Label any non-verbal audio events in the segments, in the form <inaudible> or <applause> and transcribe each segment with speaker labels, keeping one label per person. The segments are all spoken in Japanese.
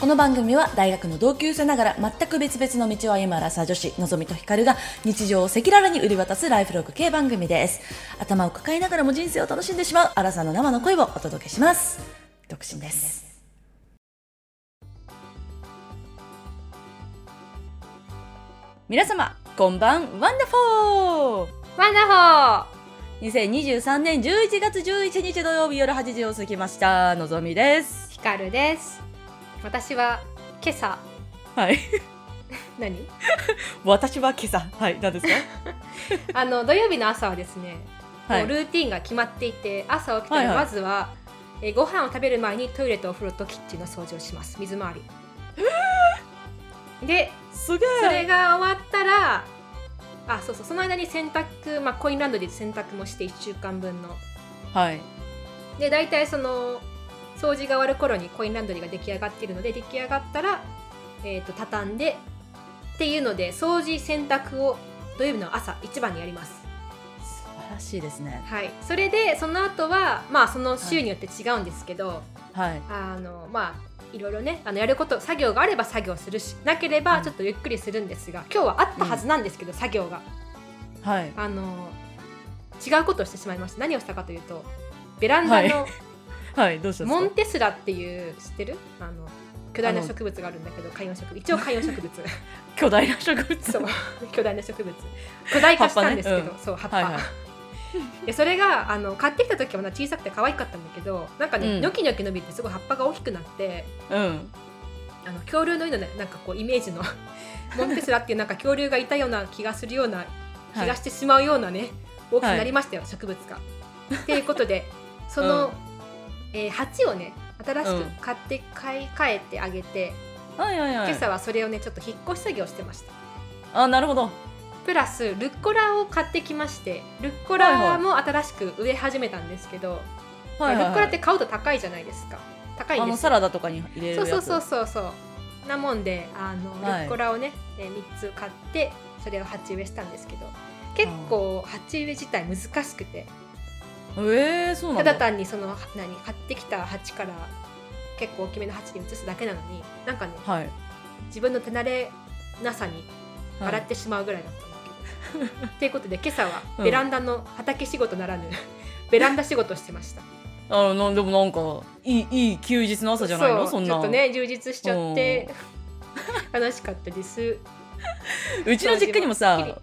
Speaker 1: この番組は大学の同級生ながら全く別々の道を歩むアラサー女子のぞみとひかるが日常を赤裸々に売り渡すライフログ系番組です頭を抱えながらも人生を楽しんでしまうアラサーの生の声をお届けします独身です皆様こんばんワンダフォー
Speaker 2: ワンダ
Speaker 1: 2023年11月11日土曜日夜8時を過ぎましたのぞみです
Speaker 2: ホーヒカルです私は今朝
Speaker 1: はい <laughs>
Speaker 2: 何
Speaker 1: 私は今朝はい何ですか
Speaker 2: あの土曜日の朝はですね、
Speaker 1: は
Speaker 2: もう
Speaker 1: い
Speaker 2: ルーティンが決まっていて朝起きた
Speaker 1: はいは
Speaker 2: ら
Speaker 1: い
Speaker 2: まずは、えーご飯を食べる前にトイレとお風呂とキッチンの掃除をします水回りです
Speaker 1: げ
Speaker 2: そ
Speaker 1: え
Speaker 2: れが終わったらあそうそうその間に洗濯、まあ、コインランドリーで洗濯もして1週間分の
Speaker 1: はい
Speaker 2: で大体その掃除が終わる頃にコインランドリーが出来上がっているので出来上がったら、えー、と畳んでっていうので掃除洗濯を土曜日の朝一番にやります
Speaker 1: 素晴らしいですね
Speaker 2: はいそれでその後はまあその週によって違うんですけど、
Speaker 1: はい
Speaker 2: あのまあいろいろねあのやること作業があれば作業するしなけれ
Speaker 1: う
Speaker 2: ば
Speaker 1: ん
Speaker 2: ちょっとゆっくりするんですが、今日はあったはずなんですけど、作業が
Speaker 1: はい
Speaker 2: あの違うことをしてしまいました何をしたかというとベランダの、
Speaker 1: はいどうしたん
Speaker 2: モン
Speaker 1: で
Speaker 2: テスラっていう知ってるあの巨大な植物があるんだけど観葉植物一応観葉植
Speaker 1: <laughs>
Speaker 2: 物
Speaker 1: すか巨大な植物
Speaker 2: そう巨大な植物巨大化したんですけど、
Speaker 1: 葉っぱね
Speaker 2: そう葉っぱ、
Speaker 1: はいはい
Speaker 2: でそれがあの買ってきた時はまだ小さくて可愛かったんだけどなんかね、
Speaker 1: うん
Speaker 2: ニョキニョキ伸びてすごい葉っぱが大きくなって
Speaker 1: うん
Speaker 2: あの恐竜のようななんかこうイメージの <laughs> モンテスラっていうなんか恐竜がいたような気がするような
Speaker 1: は
Speaker 2: 気
Speaker 1: い
Speaker 2: がしてしまうようなね、大きくなりましたよ、植物が。っていうこ
Speaker 1: <laughs>
Speaker 2: とでその、
Speaker 1: うん
Speaker 2: えー鉢をね新し
Speaker 1: うん
Speaker 2: く買って買い替えてあげて、
Speaker 1: はいはいは
Speaker 2: 今
Speaker 1: い
Speaker 2: 朝はそれをねちょっと引っ越し作業をしてました。
Speaker 1: あなるほど
Speaker 2: プラスルッコラを買ってきましてルッコ
Speaker 1: はいは
Speaker 2: ラ
Speaker 1: い
Speaker 2: も新しく植え始めたんですけど、
Speaker 1: はいはい
Speaker 2: ルッコラって買うと高いじゃないですか高い
Speaker 1: あ
Speaker 2: んで
Speaker 1: の
Speaker 2: す
Speaker 1: サ
Speaker 2: よ
Speaker 1: ラダとかに入れる
Speaker 2: そ
Speaker 1: や
Speaker 2: う
Speaker 1: つ
Speaker 2: そうそうそうそうなもんであの、
Speaker 1: はい
Speaker 2: ルッコラをね、えー、3つ買ってそれを鉢植えしたんですけど結構鉢植え自体難しくて
Speaker 1: えー、そうな
Speaker 2: た
Speaker 1: ん
Speaker 2: だ
Speaker 1: だ
Speaker 2: 単にそのは何買ってきた鉢から結構大きめの鉢に移すだけなのになんかね
Speaker 1: はい
Speaker 2: 自分の手慣れなさに
Speaker 1: は
Speaker 2: 笑っ
Speaker 1: い
Speaker 2: てしまうぐらいだったんだけ
Speaker 1: <laughs>
Speaker 2: ど。と、いうことで今朝は
Speaker 1: うん
Speaker 2: ベランダの畑仕事ならぬ <laughs> ベランダ仕事をしてました。
Speaker 1: あのでもなんかいいいい休日の朝じゃないの
Speaker 2: う
Speaker 1: そんな
Speaker 2: ちょっとね充実しちゃって。楽しかったです。
Speaker 1: うちの実家にも
Speaker 2: そう
Speaker 1: さ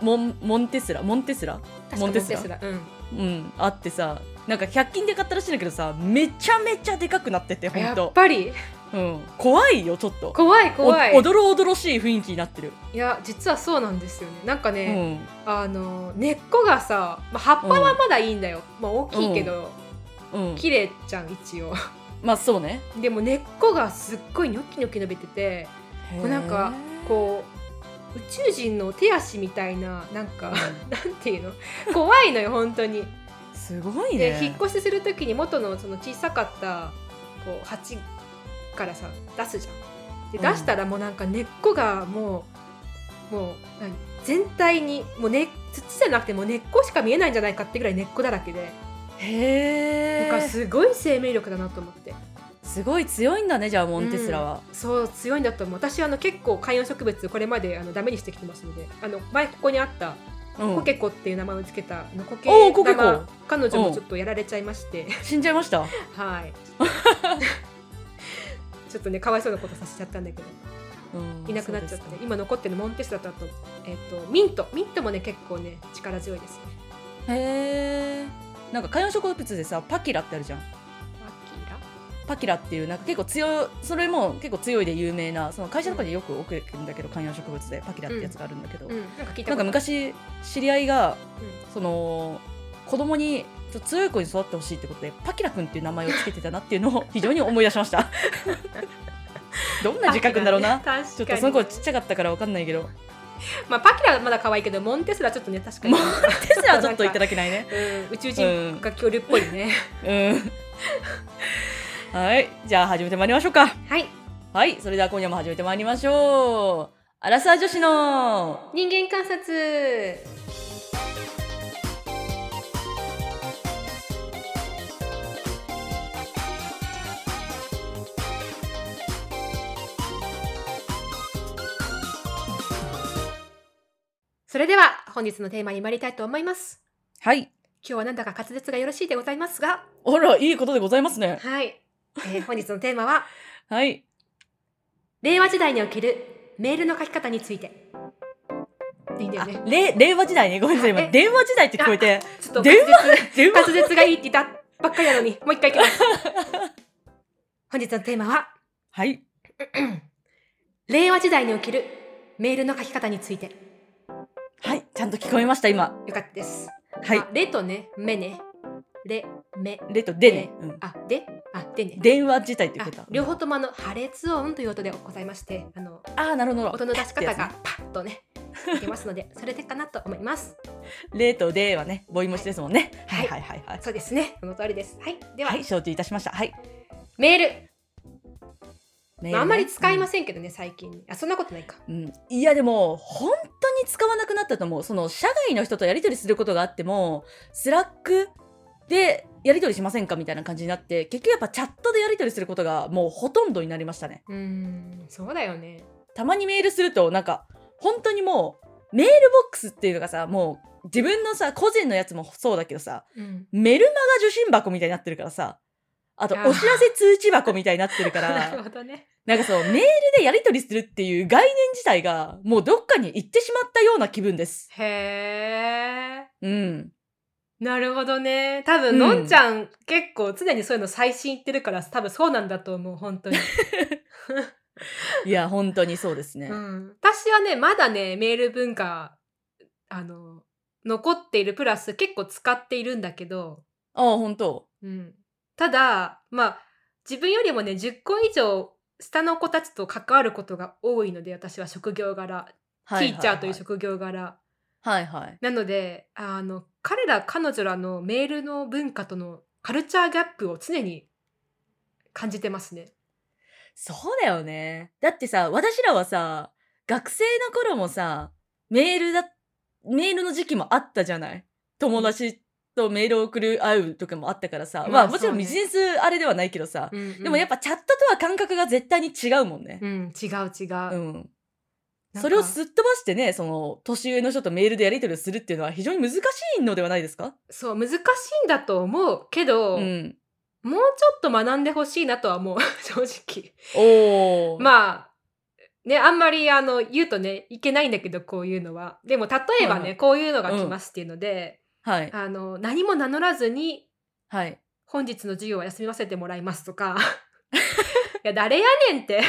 Speaker 1: モンモンテスラモンテスラ
Speaker 2: 確か
Speaker 1: モンテスラ
Speaker 2: うん。
Speaker 1: うん、あってさなんか100均で買ったらしいんだけどさめちゃめちゃでかくなっててほ
Speaker 2: や
Speaker 1: ん
Speaker 2: っ
Speaker 1: と、
Speaker 2: ぱり
Speaker 1: うん、怖いよちょっと
Speaker 2: 怖い怖い。
Speaker 1: おどろおどろしい雰囲気になってる、
Speaker 2: いや実はそうなんですよね。なんか
Speaker 1: う
Speaker 2: ね、
Speaker 1: ん、
Speaker 2: あの根っこがさ、まあ、葉っぱはまだいいんだよ。まあ大きいけど、
Speaker 1: うん、
Speaker 2: 綺麗じゃん一応。 <laughs>
Speaker 1: まあそうね
Speaker 2: でも根っこがすっごいニョキニョキ伸びてて。もうなんかこう宇宙人の手足みたいななんか <laughs> なんていうの怖いのよ本当に。
Speaker 1: うんすごいね
Speaker 2: で引っ越しする時に元のその小さかったこう鉢からさ出すじゃん。で
Speaker 1: うん
Speaker 2: 出したらもうなんか根っこがもうもう何全体にもう、ね、土じゃなくてもう根っこしか見えないんじゃないかってぐらい根っこだらけで、
Speaker 1: へ
Speaker 2: なんか
Speaker 1: え
Speaker 2: すごい生命力だなと思って。
Speaker 1: すごい強いんだねじゃあモンテスラは、
Speaker 2: そう強いんだと思う私あの結構観葉植物これまであのダメにしてきてますのであの前ここにあった
Speaker 1: うん
Speaker 2: コケコっていう名前をつけたあのコケ
Speaker 1: おーコケコ
Speaker 2: 玉彼女もちょっとやられちゃいまして、 <laughs>
Speaker 1: 死んじゃいました
Speaker 2: はい <laughs> ちょっとねかわいそうなことさせちゃったんだけど
Speaker 1: うん
Speaker 2: いなくなっちゃっ
Speaker 1: そうです
Speaker 2: て今残ってるモンテスラとあと,、えっとミントミントもね結構ね力強いですね
Speaker 1: かへえなんか観葉植物でさパキラってあるじゃん
Speaker 2: ア
Speaker 1: パキラっていうなんか結構強いそれも結構強いで有名なその会社とかによく置くんだけど観葉植物でパキラってやつがあるんだけど、
Speaker 2: キーラ、うん、なんか聞いた
Speaker 1: なん
Speaker 2: こ
Speaker 1: か
Speaker 2: と
Speaker 1: 昔知り合いが、
Speaker 2: う
Speaker 1: その子供にちょっと強い子に育ってほしいってことでパキラ君っていう名前をつけてたなっていうの
Speaker 2: <laughs>
Speaker 1: を非常に思い出しましたどんな自覚だろうな
Speaker 2: パキラね確かに
Speaker 1: ちょっとその子ちっちゃかったからわかんないけど
Speaker 2: まあ、パキラはまだ可愛いけどモンテスラちょっとね確かに
Speaker 1: モンテスラはちょっといた
Speaker 2: だ
Speaker 1: だけないね
Speaker 2: うん、宇宙人が恐竜っぽいね、
Speaker 1: うん <laughs> はいじゃあ始めてまいりましょうか
Speaker 2: <laughs> はい
Speaker 1: はいそれでは今夜も始めてまいりましょうアラサー女子の
Speaker 2: 人間観察それでは本日のテーマに参りたいと思います。
Speaker 1: はい。
Speaker 2: 今日はなんだか滑舌がよろしいでございます <laughs> が、
Speaker 1: あら、いいことでございますね。
Speaker 2: はい。えー本日のテーマは、
Speaker 1: はい。
Speaker 2: 令和時代におけるメールの書き方について。でいいんだよ
Speaker 1: あ
Speaker 2: ね。
Speaker 1: れ令和時代ね。ごめんなさい。今、
Speaker 2: え
Speaker 1: 電話時代って聞こえて。
Speaker 2: ちょっと滑
Speaker 1: 電
Speaker 2: 舌
Speaker 1: 電話
Speaker 2: 滑舌がいいって言ったばっかりなのに、もう一回い
Speaker 1: <laughs>
Speaker 2: きます。本日のテーマは、
Speaker 1: はい。
Speaker 2: 令和時代におけるメールの書き方について。
Speaker 1: はい。ちゃんと聞こえました、今。
Speaker 2: よかったです。
Speaker 1: はい
Speaker 2: あ。れとね、めね。れ、め。
Speaker 1: レとでね。うん。
Speaker 2: あ、で、あ、でね。
Speaker 1: 電話自体って言ってた
Speaker 2: あ。両方ともあの破裂音という音でございましてあの
Speaker 1: ああ、なるほど。
Speaker 2: 音の出し方
Speaker 1: ってや
Speaker 2: がパッとねいけますのでそれでかなと思います
Speaker 1: つね。レとではね、ボイムシですもんね。はいはいはいはい。
Speaker 2: そうですねその通りですはいでは、
Speaker 1: はい、承知いたしました。はい。
Speaker 2: メール
Speaker 1: メールね
Speaker 2: まあ、あんまり使いませんけどね最近あそんなことないか
Speaker 1: うん、いやでも本当に使わなくなったと思うその社外の人とやり取りすることがあってもスラックでやり取りしませんかみたいな感じになって結局やっぱチャットでやり取りすることがもうほとんどになりましたね
Speaker 2: うーんそうだよね
Speaker 1: たまにメールするとなんか本当にもうメールボックスっていうのがさもう自分のさ個人のやつもそうだけどさ
Speaker 2: うん
Speaker 1: メルマガ受信箱みたいになってるからさあと
Speaker 2: あー
Speaker 1: お知らせ通知箱みたいになってるか
Speaker 2: なる
Speaker 1: ら
Speaker 2: ほどね
Speaker 1: なんかそうメールでやり取りするっていう概念自体がもうどっかに行ってしまったような気分です
Speaker 2: へえ
Speaker 1: うん。
Speaker 2: なるほどね多分、
Speaker 1: うん
Speaker 2: のんちゃん結構常にそういうの最新言ってるから多分そうなんだと思う本当に、
Speaker 1: いや、本当にそうですね。
Speaker 2: うん、私はねまだねメール文化あの残っているプラス結構使っているんだけど、
Speaker 1: ああ、本当。
Speaker 2: うん、ただまあ自分よりもね10個以上下の子たちと関わることが多いので私は職業柄、
Speaker 1: はいはいはい
Speaker 2: ティーチャーという職業柄
Speaker 1: はいはい。
Speaker 2: なのであの彼ら彼女らのメールの文化とのカルチャーギャップを常に感じてますね。
Speaker 1: そうだよね。だってさ、私らはさ、学生の頃もさ、メールだ、メールの時期もあったじゃない友達とメールを送る、会う時もあったからさ。ま
Speaker 2: ま
Speaker 1: あ、
Speaker 2: あ
Speaker 1: もちろん
Speaker 2: そうね
Speaker 1: ビジネスあれではないけどさ。でもやっ
Speaker 2: ぱ、
Speaker 1: ぱチャットとは感覚が絶対に違うもんね
Speaker 2: う。ん、違う違う。
Speaker 1: うん。
Speaker 2: なんか
Speaker 1: それをすっ飛ばしてね、その、年上の人とメールでやり取りをするっていうのは非常に難しいのではないですか
Speaker 2: そう難しいんだと思うけど、
Speaker 1: うん。
Speaker 2: もうちょっと学んでほしいなとは思う <laughs> 正直
Speaker 1: おー。あ、
Speaker 2: まあねあんまりあの言うとねいけないんだけどこういうのはでも例えば
Speaker 1: は
Speaker 2: ね、
Speaker 1: いはい
Speaker 2: こういうのが来ますっていうので、
Speaker 1: はい。
Speaker 2: あの何も名乗らずに
Speaker 1: はい。
Speaker 2: 本日の授業は休みませてもらいます
Speaker 1: <laughs>
Speaker 2: とかいや誰やねんって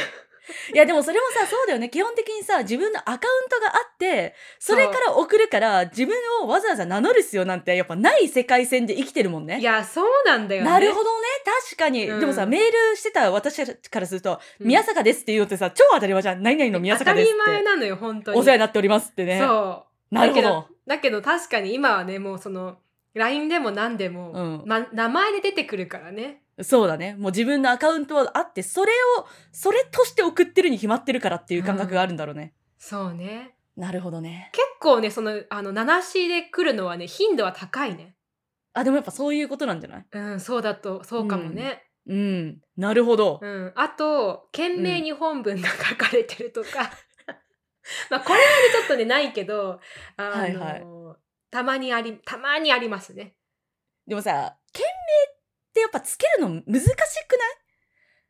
Speaker 1: いやでもそれもさそうだよね基本的にさ自分のアカウントがあってそれから送るから自分をわざわざ名乗る必要なんてやっぱない世界線で生きてるもんね。
Speaker 2: いやそうなんだよね
Speaker 1: なるほどね確かに、
Speaker 2: うん
Speaker 1: でもさメールしてた私たちからすると「
Speaker 2: うん
Speaker 1: 宮坂です」って言うのってさ超当たり前じゃん「何々の宮
Speaker 2: 当
Speaker 1: 坂
Speaker 2: た
Speaker 1: です」
Speaker 2: り
Speaker 1: っ
Speaker 2: 前
Speaker 1: て
Speaker 2: なのよ本当
Speaker 1: 「
Speaker 2: に
Speaker 1: お世話になっております」ってね。
Speaker 2: そう
Speaker 1: なるほ
Speaker 2: だ
Speaker 1: ど。
Speaker 2: だけど確かに今はねもうその LINE でも何でも、
Speaker 1: うん
Speaker 2: ま、名前で出てくるからね
Speaker 1: そうだね。もう自分のアカウントはあってそれをそれとして送ってるに決まってるからっていう感覚があるんだろうね。
Speaker 2: そうね
Speaker 1: なるほどね。
Speaker 2: 結構ねそのあの名無しで来るのはね頻度は高いね
Speaker 1: あでもやっぱそういうことなんじゃない
Speaker 2: うんそうだとそうかもね、
Speaker 1: うん。なるほど。
Speaker 2: うんあと懸命に本文が書かれてる
Speaker 1: <laughs>
Speaker 2: とか、まあこれはねちょっとねないけどあの、
Speaker 1: はいはい
Speaker 2: たまにありたまにありますね
Speaker 1: でもさ、件名ってやっぱつけるの難しくない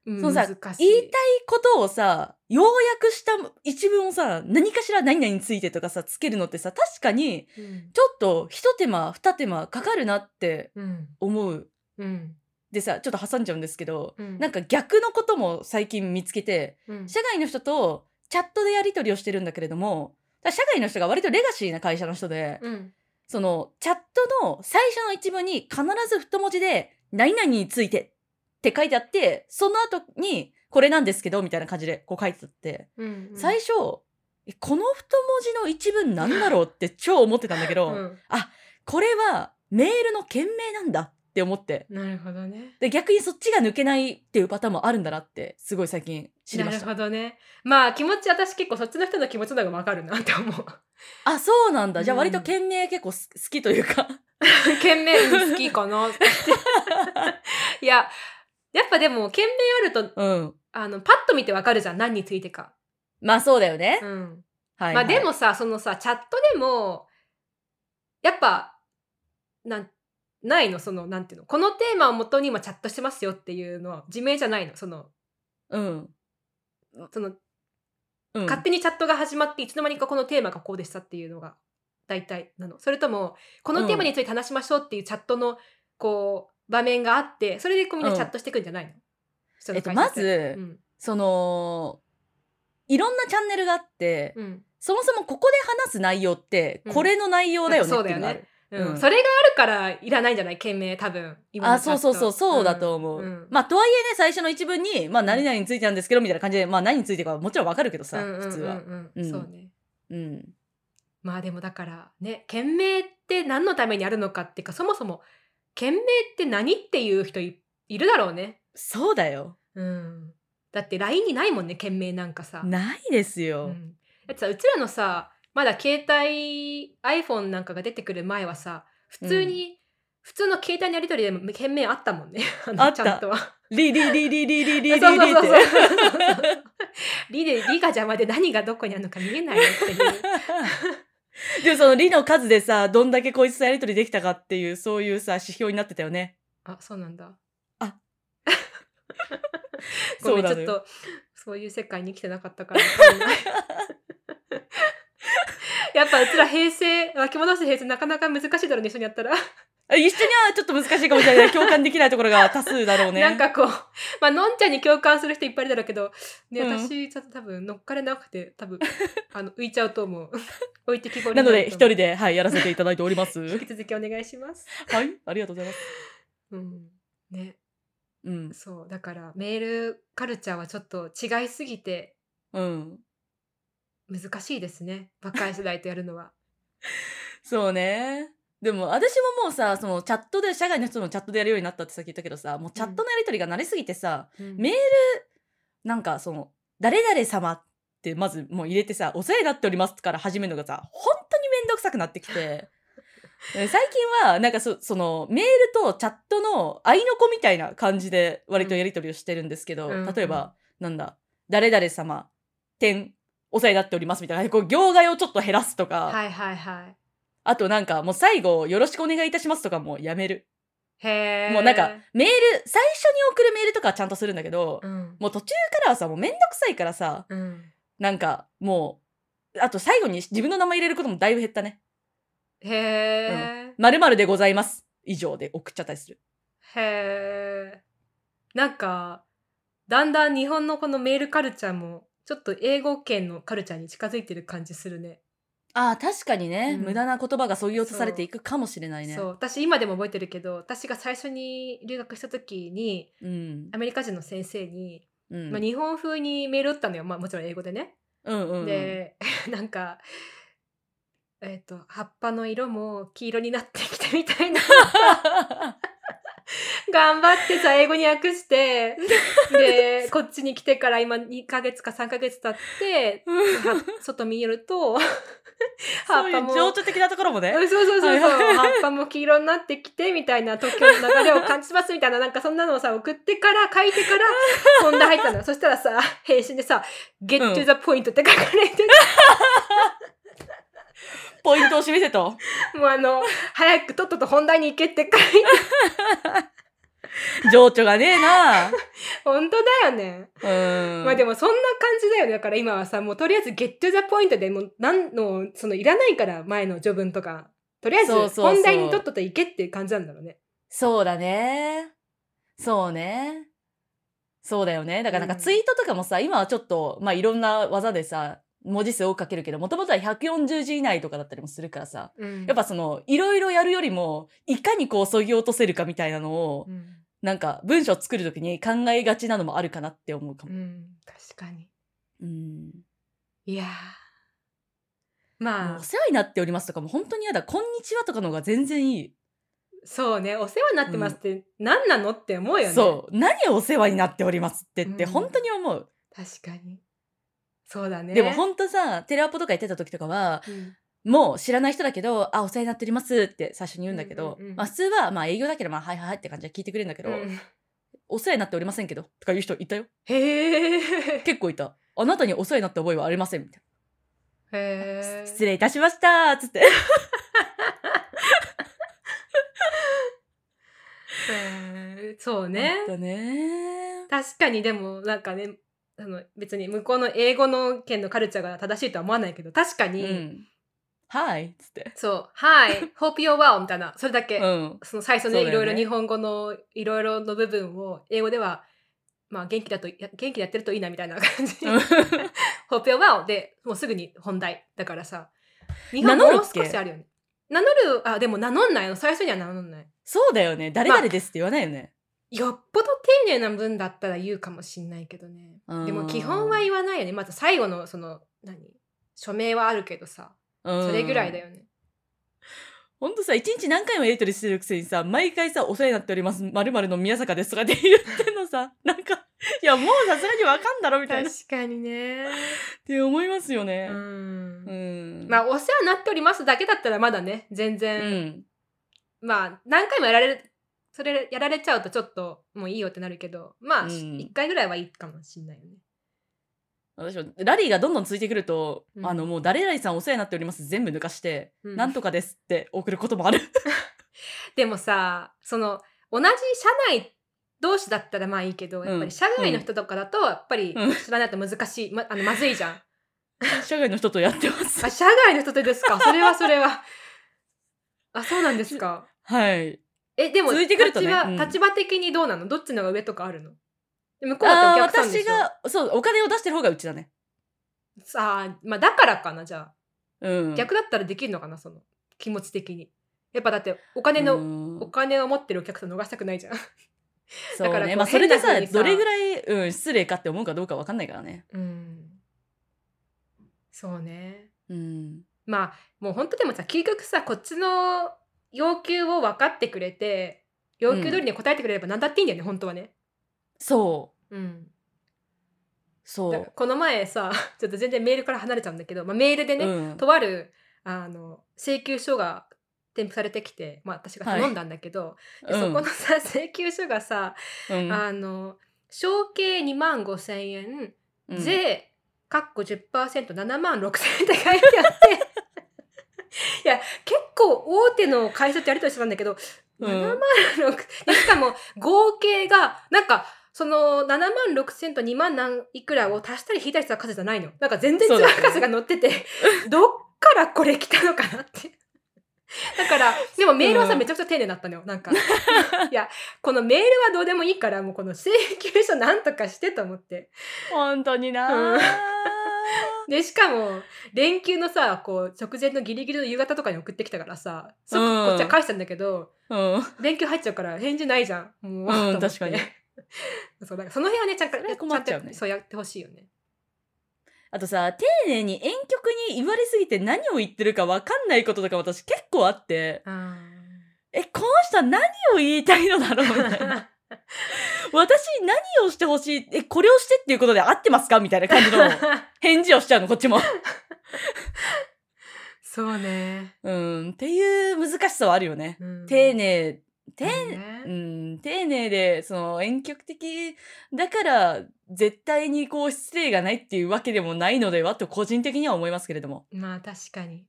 Speaker 2: うん
Speaker 1: そのさ
Speaker 2: 難しい
Speaker 1: 言いたいことをさ、要約した一文をさ、何かしら何々についてとかさ、つけるのってさ、確かに、
Speaker 2: うん
Speaker 1: ちょっと一手間、二手間かかるなって
Speaker 2: うん
Speaker 1: 思う。
Speaker 2: うん
Speaker 1: でさ、ちょっと挟んじゃうんですけど、
Speaker 2: うん
Speaker 1: なんか逆のことも最近見つけて、
Speaker 2: うん
Speaker 1: 社外の人とチャットでやり取りをしてるんだけれども、だ社外の人が割とレガシーな会社の人で、
Speaker 2: うん
Speaker 1: そのチャットの最初の一文に必ず太文字で「何々について」って書いてあってその後に「これなんですけど」みたいな感じでこう書いてあって、
Speaker 2: うんうん
Speaker 1: 最初えこの太文字の一文なんだろうって超思ってたんだけど、
Speaker 2: うん
Speaker 1: これはメールの件名なんだって思って
Speaker 2: なるほどね。
Speaker 1: で逆にそっちが抜けないっていうパターンもあるんだなってすごい最近知り
Speaker 2: な
Speaker 1: ま
Speaker 2: る
Speaker 1: した
Speaker 2: ほどね。まあ気持ち私結構そっちの人の気持ちの方がわかるなって思う。
Speaker 1: あそうなんだじゃあ
Speaker 2: うん
Speaker 1: 割と件名結構す好きというか
Speaker 2: 懸命好き
Speaker 1: <laughs>
Speaker 2: かな。いややっぱでも懸命あると
Speaker 1: うん
Speaker 2: あのパッと見てわかるじゃん何についてか。
Speaker 1: まあそうだよね、
Speaker 2: うん。
Speaker 1: はいは
Speaker 2: まあ
Speaker 1: い
Speaker 2: でもさそのさチャットでもやっぱなんないのそのなんていうのこのテーマをもとに今チャットしてますよっていうのは自明じゃないのその
Speaker 1: うん、
Speaker 2: その
Speaker 1: うん、
Speaker 2: 勝手にチャットが始まっていつの間にかこのテーマがこうでしたっていうのが大体なのそれともこのテーマについて話しましょうっていうチャットのこう場面があってそれでこうみんなチャットしてくんじゃないの、人
Speaker 1: えっ
Speaker 2: の
Speaker 1: と
Speaker 2: 会
Speaker 1: ま
Speaker 2: 社て
Speaker 1: ず、
Speaker 2: うん
Speaker 1: そのいろんなチャンネルがあって、
Speaker 2: うん
Speaker 1: そもそもここで話す内容って、
Speaker 2: うん
Speaker 1: これの内容だよね
Speaker 2: そ
Speaker 1: っ
Speaker 2: う
Speaker 1: て
Speaker 2: だ
Speaker 1: いう
Speaker 2: よね
Speaker 1: のがある。
Speaker 2: うん
Speaker 1: うん
Speaker 2: それがあるからいらないんじゃない件名多分今の
Speaker 1: あそうそうそう
Speaker 2: チャット
Speaker 1: そうだと思う、
Speaker 2: ん
Speaker 1: まあとはいえね最初の一文に「まあ、何々についてなんですけど」みたいな感じで、まあ、何についてかはもちろんわかるけどさ、
Speaker 2: うんうんうんうん
Speaker 1: 普通は。うん
Speaker 2: そうね
Speaker 1: うん、
Speaker 2: まあでもだからね件名って何のためにあるのかっていうかそもそも件名って何っていう人いいるだろうね
Speaker 1: そうだよ
Speaker 2: うんだって LINE にないもんね件名なんかさ、
Speaker 1: ないです
Speaker 2: う
Speaker 1: よ。
Speaker 2: ん、だってさうちらのさまだ携帯 iPhone なんかが出てくる前はさ普通に、普通の携帯のやり取りでも件名あったもんね <laughs> の
Speaker 1: あった
Speaker 2: ちゃんとは
Speaker 1: リリリリリリリリリリ
Speaker 2: そうそう
Speaker 1: っ
Speaker 2: そう
Speaker 1: て。
Speaker 2: そうリでリが邪魔で何がどこにあるのか見えないよっていう。
Speaker 1: でもそのリの数でさどんだけこいつとやり取りできたかっていうそういうさ指標になってたよね。
Speaker 2: あ、そうなんだ。 <laughs>
Speaker 1: あ
Speaker 2: ごめん、
Speaker 1: そう
Speaker 2: ち
Speaker 1: な
Speaker 2: ょ
Speaker 1: の
Speaker 2: っ
Speaker 1: よ
Speaker 2: と、そういう世界に生きてなかったからわかん <laughs> ない。やっぱうちら平成、巻き戻す平成なかなか難しいだろうね、一緒にやったら。
Speaker 1: あ一緒にはちょっと難しいかもしれない共感できないところが多数だろうね。
Speaker 2: なんかこう、まあ、のんちゃんに共感する人いっぱいいるだろうけど、ね、
Speaker 1: うん
Speaker 2: 私、ちょっと多分乗っかれなくて、多分、 <laughs> あの浮いちゃうと思う。 <laughs> 置いてきぼり
Speaker 1: な
Speaker 2: に
Speaker 1: の
Speaker 2: る
Speaker 1: で一
Speaker 2: と思う
Speaker 1: 人で、はい、やらせていただいております。
Speaker 2: 引き続きお願いします。
Speaker 1: はいありがとうございます。
Speaker 2: うん。ね。
Speaker 1: うん
Speaker 2: そうだからメールカルチャーはちょっと違いすぎて
Speaker 1: うん
Speaker 2: 難しいですね若い世代とやるの
Speaker 1: <laughs>
Speaker 2: は。
Speaker 1: そうね。でも私ももうさそのチャットで社外の人のチャットでやるようになったってさっき言ったけどさもうチャットのやり取りが慣れすぎてさ、メールなんかその「誰々様」ってまずもう入れてさ「お世話になっております」から始めるのがさ本当に面倒くさくなってきて
Speaker 2: <laughs>
Speaker 1: え最近はなんかそそのメールとチャットの合いの子みたいな感じで割とやり取りをしてるんですけど、
Speaker 2: うん
Speaker 1: 例えば、なんだ「誰々様」点「お世話になっております」みたいなこう行外をちょっと減らすとか、
Speaker 2: はいはいはい。
Speaker 1: あとなんかもう最後「よろしくお願いいたします」とかもうやめる。
Speaker 2: へえ。
Speaker 1: もうなんかメール最初に送るメールとかはちゃんとするんだけど、
Speaker 2: うん
Speaker 1: もう途中からはさもうめんどくさいからさ
Speaker 2: うん、
Speaker 1: なんかもうあと最後に自分の名前入れることもだいぶ減ったね
Speaker 2: へ
Speaker 1: 「
Speaker 2: え、
Speaker 1: まるでございます」以上で送っちゃったりする
Speaker 2: へえ。なんかだんだん日本のこのメールカルチャーもちょっと英語圏のカルチャーに近づいてる感じするね。
Speaker 1: ああ確かにね、
Speaker 2: うん
Speaker 1: 無駄な言葉がそぎ落とされていくかもしれないね
Speaker 2: そう私今でも覚えてるけど私が最初に留学した時に
Speaker 1: うん
Speaker 2: アメリカ人の先生に、
Speaker 1: うん
Speaker 2: まあ、日本風にメール打ったのよ、まあ、もちろん英語でね。
Speaker 1: うんうんうん <laughs>
Speaker 2: で <laughs> なんかえっ、と葉っぱの色も黄色になってきてみたいな <laughs> 頑張ってさ英語に
Speaker 1: <laughs>
Speaker 2: 訳してでこっちに来てから今2ヶ月か3ヶ月
Speaker 1: <laughs>
Speaker 2: 経っては外見ると
Speaker 1: そ
Speaker 2: 葉っ
Speaker 1: うい
Speaker 2: ぱも
Speaker 1: う情緒的なところもね
Speaker 2: うんそうそうそうそう、
Speaker 1: はいはい
Speaker 2: 葉っぱも黄色になってきてみたいな東京の流れを感じますみたいななんかそんなのをさ送ってから書いてから本題入ったのよそしたらさ返信でさ「get
Speaker 1: うん
Speaker 2: to the point」って書かれてて
Speaker 1: ポイントを示せと
Speaker 2: もうあの、早くとっとと本題に行けって
Speaker 1: <laughs>
Speaker 2: 書いて、
Speaker 1: 情緒がねえ <laughs> な
Speaker 2: 本当だよね。
Speaker 1: うん
Speaker 2: まあでもそんな感じだよね。だから今はさ、もうとりあえずゲットザポイントで、もう何の、そのいらないから前の序文とか。とりあえず
Speaker 1: そうそうそう
Speaker 2: 本題にとっとと行けっていう感じなんだろうね。
Speaker 1: そうだね。そうね。そうだよね。だからなん
Speaker 2: うん
Speaker 1: かツイートとかもさ、今はちょっと、まあいろんな技でさ、文字数多く書けるけど、もともとは140字以内とかだったりもするからさ、やっぱその、いろいろやるよりも、いかにこう、そぎ落とせるかみたいなのを、
Speaker 2: うん、
Speaker 1: なんか文章作るときに考えがちなのもあるかなって思うか
Speaker 2: う
Speaker 1: も。
Speaker 2: ん、確かに。
Speaker 1: うん。
Speaker 2: いやー。
Speaker 1: もう
Speaker 2: ま
Speaker 1: お、
Speaker 2: あ
Speaker 1: 世話になっておりますとかも本当に嫌だ。こんにちはとかの方が全然いい。
Speaker 2: そうね、お世話になってますって何なのって思うよね。
Speaker 1: そう。何をお世話になっておりますってって
Speaker 2: うん
Speaker 1: 本当に思う。
Speaker 2: 確かに。そうだね。
Speaker 1: でも本当さ、テレアポとかやってた時とかは、
Speaker 2: うん
Speaker 1: もう知らない人だけど、あ、お世話になっておりますって最初に言うんだけど、
Speaker 2: うんうんうん
Speaker 1: まあ普通は、まあ営業だけど、まあはいはいはいって感じで聞いてくれるんだけど、
Speaker 2: うん
Speaker 1: お世話になっておりませんけど、とか言う人いたよ。
Speaker 2: へえ。
Speaker 1: 結構いた。あなたにお世話になった覚えはありませんみたい
Speaker 2: へ
Speaker 1: <laughs> 失
Speaker 2: え
Speaker 1: 礼いたしましたつって。
Speaker 2: へーそうね
Speaker 1: あったね。
Speaker 2: 確かにでもなんかねあの別に向こうの英語の県のカルチャーが正しいとは思わないけど確か
Speaker 1: う
Speaker 2: に、
Speaker 1: ん。はいつって。
Speaker 2: そう「Hi hope you're well」みたいなそれだけ、 <laughs>
Speaker 1: うん。
Speaker 2: その最初
Speaker 1: そう
Speaker 2: ね
Speaker 1: だよね
Speaker 2: いろいろ日本語のいろいろの部分を英語ではまあ元気だといや元気でやってるといいなみたいな感じ「hope you're well」でもうすぐに本題だからさ日本
Speaker 1: 名乗
Speaker 2: 語も
Speaker 1: る
Speaker 2: う
Speaker 1: っけ
Speaker 2: 少しあるよね名乗るあでも名乗んないの最初には名乗んない
Speaker 1: そうだよね。誰々ですって言わないよね。
Speaker 2: よっぽど丁寧な文だったら言うかもしんないけどね
Speaker 1: うん
Speaker 2: でも基本は言わないよねまず最後のその何署名はあるけどさ
Speaker 1: うん
Speaker 2: それぐらいだ。よね、
Speaker 1: ほんとさ、一日何回もやりとりしてるくせにさ、毎回さ、お世話になっております、まるの宮坂ですとかって <laughs> 言ってんのさ、なんか、いや、もうさすがにわかんだろみたいな。っ
Speaker 2: かにね
Speaker 1: て思いますよね
Speaker 2: う。
Speaker 1: うんん。
Speaker 2: まあお世話になっておりますだけだったらまだね全
Speaker 1: う
Speaker 2: 然、
Speaker 1: ん。
Speaker 2: まあ何回もやられるそれやられちゃうとちょっともういいよってなるけどまあ、
Speaker 1: うん
Speaker 2: 1回ぐらいはいいかもしんないよね
Speaker 1: 私も、ラリーがどんどんついてくると、
Speaker 2: うん
Speaker 1: あの、もう誰々さんお世話になっております、全部抜かして、
Speaker 2: うん
Speaker 1: なんとかですって送ることもあ
Speaker 2: <laughs>
Speaker 1: る。
Speaker 2: でもさその同じ社内同士だったらまあいいけどやっぱ
Speaker 1: うん
Speaker 2: り社外の人とかだとやっぱり
Speaker 1: うん
Speaker 2: 知らないと難しい、まあのまずいじゃん。
Speaker 1: 社外の人とやってます
Speaker 2: あ。社外の人とですかそれはそれは。あそうなんですか。
Speaker 1: はい。
Speaker 2: えでも
Speaker 1: 続いてくるとね
Speaker 2: 立場,、
Speaker 1: うん
Speaker 2: 立場的にどうなのどっちのが上とかあるので向こうだ
Speaker 1: ああ
Speaker 2: って
Speaker 1: ー、
Speaker 2: お客さんでし
Speaker 1: 私
Speaker 2: ょ
Speaker 1: が、そう、お金を出してる方がうちだね。
Speaker 2: さあ、まあ、だからかなじゃあ、
Speaker 1: うん。
Speaker 2: 逆だったらできるのかなその気持ち的に。やっぱだってお金の、
Speaker 1: の
Speaker 2: お金を持ってるお客さん逃したくないじゃん。
Speaker 1: そう
Speaker 2: だから
Speaker 1: ね。
Speaker 2: こう
Speaker 1: まあ、それで
Speaker 2: 変な
Speaker 1: さ、
Speaker 2: 風にさ
Speaker 1: どれぐらい、うん、失礼かって思うかどうかわかんないからね。
Speaker 2: うん、そうね。
Speaker 1: うん。
Speaker 2: まあもう本当でもさ究極さこっちの要求を分かってくれて要求通りに答えてくれれば何だっていいんだよね、本当はね。
Speaker 1: そう。
Speaker 2: うん、
Speaker 1: そ
Speaker 2: だ
Speaker 1: う。
Speaker 2: この前さ <laughs> ちょっと全然メールから離れちゃうんだけど、まあ、メールでね、
Speaker 1: うん
Speaker 2: とあるあの請求書が添付されてきて、まあ、私が頼んだんだけど、でそこのさ <laughs> 請求書がさ、
Speaker 1: うん
Speaker 2: あの小計2万5千円、
Speaker 1: うん
Speaker 2: 税かっこ 10%7 万6千円って書いて <laughs> あっていや結構大手の会社とやり取りしてたんだけど、
Speaker 1: うん
Speaker 2: 7万6で <laughs> しかも合計がなんかその7万6千と2万何いくらを足したり引いたりした数じゃないのなんか全然違
Speaker 1: そううだね
Speaker 2: 数が載ってて、どっからこれ来たのかなって。だからでもメールはさ、
Speaker 1: うん
Speaker 2: めちゃくちゃ丁寧だったのよな
Speaker 1: <laughs>
Speaker 2: んかいやこのメールはどうでもいいからもうこの請求書なんとかしてと思って
Speaker 1: 本当にな
Speaker 2: うんでしかも連休のさこう直前のギリギリの夕方とかに送ってきたからさすぐ
Speaker 1: うん
Speaker 2: こっちは返したんだけど、
Speaker 1: うん。 <laughs>
Speaker 2: 連休入っちゃうから返事ないじゃんもう、
Speaker 1: ん
Speaker 2: と思って
Speaker 1: 確かに
Speaker 2: <laughs> そうだからその辺はねちゃんと
Speaker 1: それは困っちゃうね
Speaker 2: んとそうやってほしいよね
Speaker 1: あとさ、丁寧に遠曲に言われすぎて何を言ってるかわかんないこととか私結構あって、
Speaker 2: あ
Speaker 1: え、この人は何を言いたいのだろうみたいな。 <laughs> 私に何をしてほしい、え、これをしてっていうことで合ってますかみたいな感じの <laughs> 返事をしちゃうの、こっちも。
Speaker 2: <laughs> そうね、
Speaker 1: うん、っていう難しさはあるよね。
Speaker 2: うん
Speaker 1: 丁寧、丁寧、
Speaker 2: ね
Speaker 1: うん、丁寧で、その、遠曲的だから、絶対にこう、失礼がないっていうわけでもないのではと、個人的には思いますけれども。
Speaker 2: まあ確かに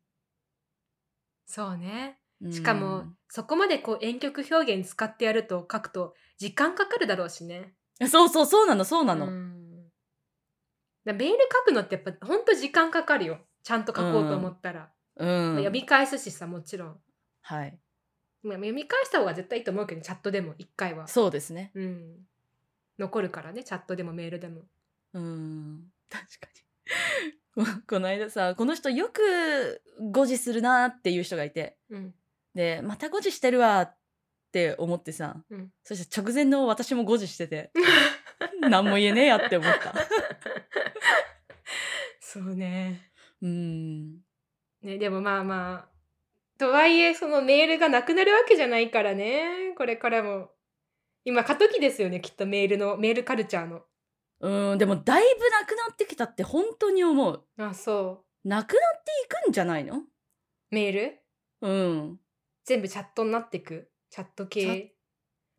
Speaker 2: そうね
Speaker 1: うん
Speaker 2: しかも、そこまでこう遠曲表現使ってやると書くと時間かかるだろうしね
Speaker 1: そうそう、そうなの、そうなの。
Speaker 2: うんだメール書くのってやっぱほんと時間かかるよちゃんと書こうと思ったら、
Speaker 1: うん。
Speaker 2: 読み返すしさもちろん
Speaker 1: はい。
Speaker 2: まあ読み返した方が絶対いいと思うけどチャットでも1回は
Speaker 1: そうですね。
Speaker 2: うん、残るからねチャットでもメールでも
Speaker 1: うん。確かに。こ <laughs> の間さ、この人よく誤字するなっていう人がいて、
Speaker 2: うん
Speaker 1: で、また誤字してるわって思ってさ、
Speaker 2: うん
Speaker 1: そして直前の私も誤字して
Speaker 2: <laughs>
Speaker 1: て、何も言えねえやって思った。
Speaker 2: そうね
Speaker 1: うん。
Speaker 2: ねでもまあまあとはいえそのメールがなくなるわけじゃないからねこれからも今過渡期ですよねきっとメールのメールカルチャーの
Speaker 1: うん、でもだいぶなくなってきたって本当に思う。
Speaker 2: あそ
Speaker 1: なくなっていくんじゃないの
Speaker 2: うメール
Speaker 1: うん。
Speaker 2: 全部チャットになってくチャット系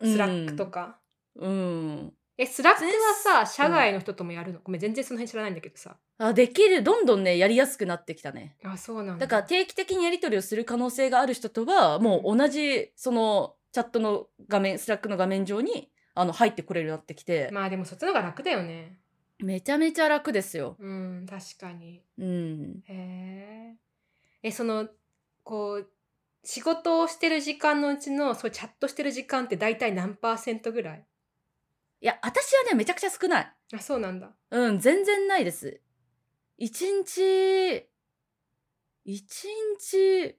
Speaker 2: スラックと
Speaker 1: か。
Speaker 2: か、
Speaker 1: うん。
Speaker 2: えスラックはさ社外の人ともやるのごめん全然その辺知らないんだけどさ
Speaker 1: あできるどんどんねやりやすくなってきたね
Speaker 2: あそうなんだ
Speaker 1: だから定期的にやり取りをする可能性がある人とはもう同じそのチャットの画面スラックの画面上にあの入ってこれるようになってきて、
Speaker 2: まあでもそっちの方が楽だよね
Speaker 1: めちゃめちゃ楽ですよ。
Speaker 2: うん確かに
Speaker 1: うん、
Speaker 2: へええそのこう仕事をしてる時間のうちのそうチャットしてる時間って大体何パーセントぐらい
Speaker 1: いや私はねめちゃくちゃ少ない。
Speaker 2: あそうなんだ
Speaker 1: うん全然ないです。一日一日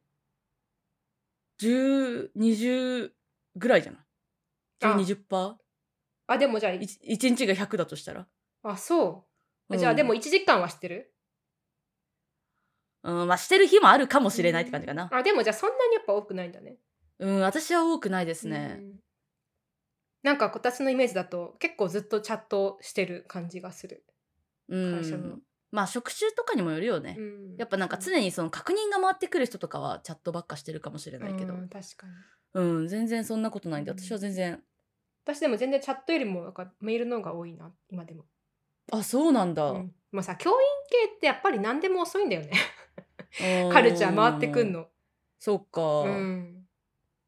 Speaker 1: 十二十ぐらいじゃない
Speaker 2: あ
Speaker 1: 十二十パ
Speaker 2: あでもじゃあ
Speaker 1: ー一一日が百だとしたら。
Speaker 2: あそう、
Speaker 1: うん
Speaker 2: じゃあでも1時間はしてる
Speaker 1: うんまあしてる日もあるかもしれないって感じかな。
Speaker 2: あでもじゃあそんなにやっぱ多くないんだね
Speaker 1: うん私は多くないですね。
Speaker 2: うんなんか私のイメージだと結構ずっとチャットしてる感じがする、
Speaker 1: うん、
Speaker 2: 会社の
Speaker 1: まあ職種とかにもよるよね。
Speaker 2: うん
Speaker 1: やっぱなんか常にその確認が回ってくる人とかはチャットばっかしてるかもしれないけど、
Speaker 2: うん確かに
Speaker 1: うん、全然そんなことないんで、
Speaker 2: うん
Speaker 1: 私は全然、
Speaker 2: 私でも全然チャットよりもなんかメールの方が多いな今でも、
Speaker 1: あ、そうなんだ。
Speaker 2: うんまあさ教員系ってやっぱり何でも遅いんだよね
Speaker 1: <laughs> うん
Speaker 2: カルチャー回ってくん。の
Speaker 1: そっか、
Speaker 2: うん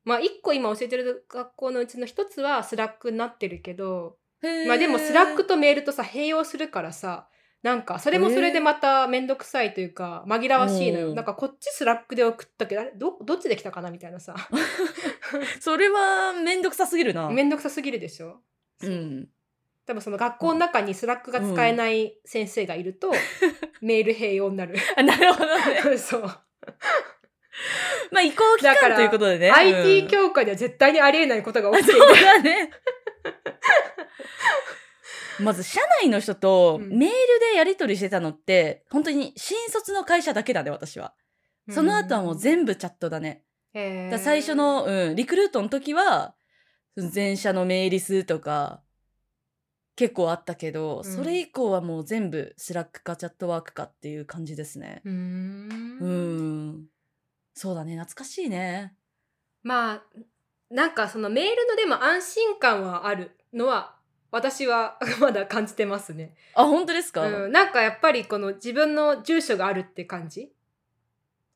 Speaker 2: まあ一個今教えてる学校のうちの一つはスラックになってるけど
Speaker 1: へー
Speaker 2: まあでもスラックとメールとさ併用するからさなんかそれもそれでまた面倒くさいというか紛らわしいのよ、
Speaker 1: うん
Speaker 2: なんかこっちスラックで送ったけどあれどどっちで来たかなみたいな
Speaker 1: <laughs>
Speaker 2: さ
Speaker 1: それはめんどくさすぎるな。
Speaker 2: 面倒くさすぎるでしょ、
Speaker 1: う。
Speaker 2: そうん多分その学校の中にスラックが使えない先生がいると、メール併用に
Speaker 1: <laughs>
Speaker 2: なる
Speaker 1: あなるほどね。
Speaker 2: そう、
Speaker 1: まあ移行期間
Speaker 2: だから
Speaker 1: ということでね。
Speaker 2: IT
Speaker 1: うん
Speaker 2: 協会では絶対にありえないことが起きてい
Speaker 1: そう
Speaker 2: る
Speaker 1: だ
Speaker 2: <laughs>
Speaker 1: ね。まず社内の人と
Speaker 2: うん
Speaker 1: メールでやり取りしてたのって、本当に新卒の会社だけだね私は。その後はもう全部チャットだね。だから最初の、うん、リクルートの時は全社のメール数とか結構あったけど、
Speaker 2: ん
Speaker 1: それ以降はもう全部スラックかチャットワークかっていう感じですね。
Speaker 2: うーん
Speaker 1: うん、そうだね懐かしいね。
Speaker 2: まあなんかそのメールのでも安心感はあるのは私は <laughs> まだ感じてますね、
Speaker 1: あ本当ですか、
Speaker 2: うん、なんかやっぱりこの自分の住所があるって感じ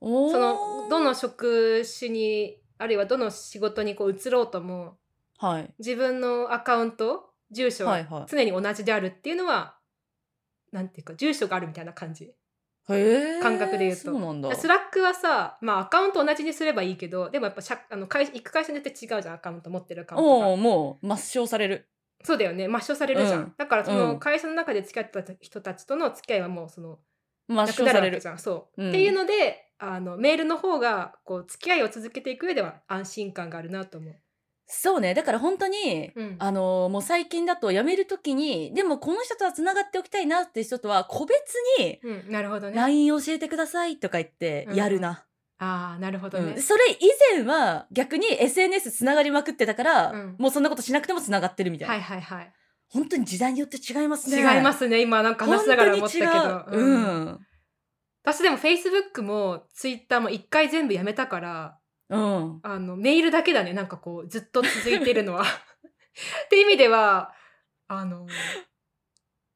Speaker 1: おー
Speaker 2: そのどの職種にあるいはどの仕事にこう移ろうとも
Speaker 1: はい
Speaker 2: 自分のアカウント住所
Speaker 1: はい
Speaker 2: は
Speaker 1: はい。
Speaker 2: 常に同じであるっていうのは、なんていうか住所があるみたいな感じ
Speaker 1: へえ。
Speaker 2: 感覚で言うと
Speaker 1: そうなんだ。
Speaker 2: スラックはさ、まあ、アカウント同じにすればいいけどでもやっぱ社あの会行く会社によって違うじゃんアカウント持ってるアカウントが
Speaker 1: おおもう抹消される。
Speaker 2: そうだよね抹消されるじゃん、
Speaker 1: うん
Speaker 2: だからそうの
Speaker 1: ん
Speaker 2: 会社の中で付き合ってた人たちとの付き合いはもうその
Speaker 1: 抹
Speaker 2: なく
Speaker 1: 消
Speaker 2: な
Speaker 1: さ
Speaker 2: るわ
Speaker 1: れ
Speaker 2: け
Speaker 1: る
Speaker 2: じ。ゃんそう、
Speaker 1: うん
Speaker 2: っていうのであのメールの方がこう付き合いを続けていく上では安心感があるなと思う、
Speaker 1: そうねだから本当に
Speaker 2: うん、
Speaker 1: あのもう最近だと辞めるときにでもこの人とはつながっておきたいなっていう人とは個別に
Speaker 2: うん、なるほどね
Speaker 1: LINE 教えてくださいとか言ってやるな、
Speaker 2: ああなるほど
Speaker 1: うん
Speaker 2: ね、
Speaker 1: それ以前は逆に SNS つながりまくってたから、
Speaker 2: うん
Speaker 1: もうそんなことしなくてもつながってるみたいな、
Speaker 2: はいはいはい
Speaker 1: 本当に時代によって違いますね
Speaker 2: 違いますね今なんか話しながら思ったけ
Speaker 1: 本当
Speaker 2: ど、
Speaker 1: に違うう
Speaker 2: うん
Speaker 1: ん
Speaker 2: 私でも Facebook も Twitter も一回全部やめたから
Speaker 1: うん
Speaker 2: あのメールだけだねなんかこうずっと続いてるのは。 <laughs> って意味ではあの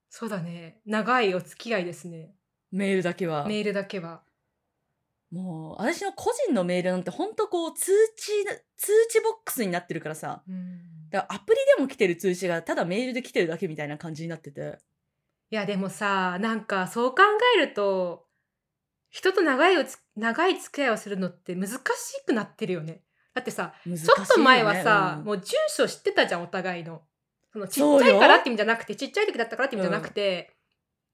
Speaker 2: そうだね長いお付き合いですね
Speaker 1: メールだけは
Speaker 2: メールだけは。
Speaker 1: もう私の個人のメールなんて本当こう通知通知ボックスになってるからさ
Speaker 2: うん
Speaker 1: だからアプリでも来てる通知がただメールで来てるだけみたいな感じになってて
Speaker 2: いやでもさなんかそう考えると人と長いおつ長い付き合いをするのって難しくなってるよね。だってさ
Speaker 1: 難しい
Speaker 2: ち
Speaker 1: よね
Speaker 2: ょっと前はさ、
Speaker 1: うん
Speaker 2: もう住所知ってたじゃんお互いの。そのち
Speaker 1: そう
Speaker 2: っ
Speaker 1: よ
Speaker 2: ちゃいからって意味じゃなくてちっちゃい時だったからって意味じゃなくて、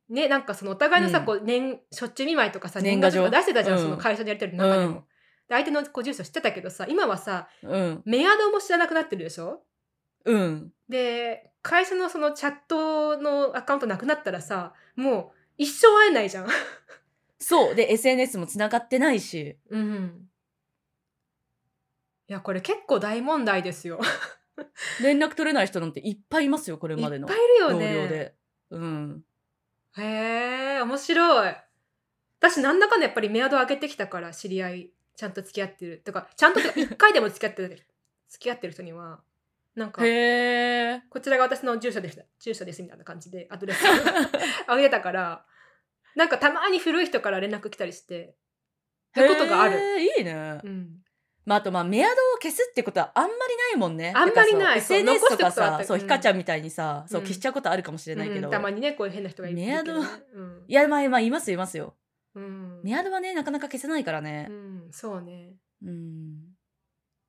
Speaker 2: ねなんかそのお互いのさ、
Speaker 1: うん
Speaker 2: こう年しょっちゅう見舞いとかさ
Speaker 1: 年
Speaker 2: 年
Speaker 1: 賀
Speaker 2: 賀
Speaker 1: 状
Speaker 2: 状とか出してたじゃん、
Speaker 1: うん
Speaker 2: その会社でやり取りの中でも。
Speaker 1: うん
Speaker 2: で相手のこう住所知ってたけどさ今はさ
Speaker 1: うん。
Speaker 2: メアドも知らなくなってるでしょ
Speaker 1: うん。
Speaker 2: で会社のそのチャットのアカウントなくなったらさもう一生会えないじゃん。
Speaker 1: そう。で、SNS も繋がってないし。
Speaker 2: うんいやこれ結構大問題ですよ。
Speaker 1: 連絡取れない人なんていっぱいいますよ、これ
Speaker 2: いっ
Speaker 1: ま
Speaker 2: ぱい
Speaker 1: で
Speaker 2: い
Speaker 1: の。
Speaker 2: るよ
Speaker 1: 同僚
Speaker 2: ね。
Speaker 1: で。うん。
Speaker 2: へえ面白い。私なんだかんだやっぱりメアド上げてきたから知 <laughs> り合いちゃんと付き合ってるとかちゃんととか一回でも付き合ってる付き合ってる人にはなんか
Speaker 1: へえ。
Speaker 2: こちらが私の住所です住所ですみたいな感じでアドレスを <laughs> あげたからなんかたまに古い人から連絡来たりしてやることがある、
Speaker 1: へー。いいね。
Speaker 2: うん、
Speaker 1: まあ、あと、まあ、メアドを消すってことはあんまりないもんね。
Speaker 2: あんまりない
Speaker 1: てかそう SNS とか
Speaker 2: そう残しとくことはあっ
Speaker 1: さ、
Speaker 2: た
Speaker 1: そう、
Speaker 2: うん
Speaker 1: ひかちゃんみたいにさ、そう、
Speaker 2: うん
Speaker 1: 消しちゃうことあるかもしれないけ
Speaker 2: う
Speaker 1: ど。
Speaker 2: んたまにねこういう変な人がいる
Speaker 1: メアド
Speaker 2: いるけどね
Speaker 1: いや、まあ、まあ、いますよ、いますよ。
Speaker 2: うん、うん、
Speaker 1: メアドはね、なかなか消せないからね
Speaker 2: う。んそうね
Speaker 1: うん。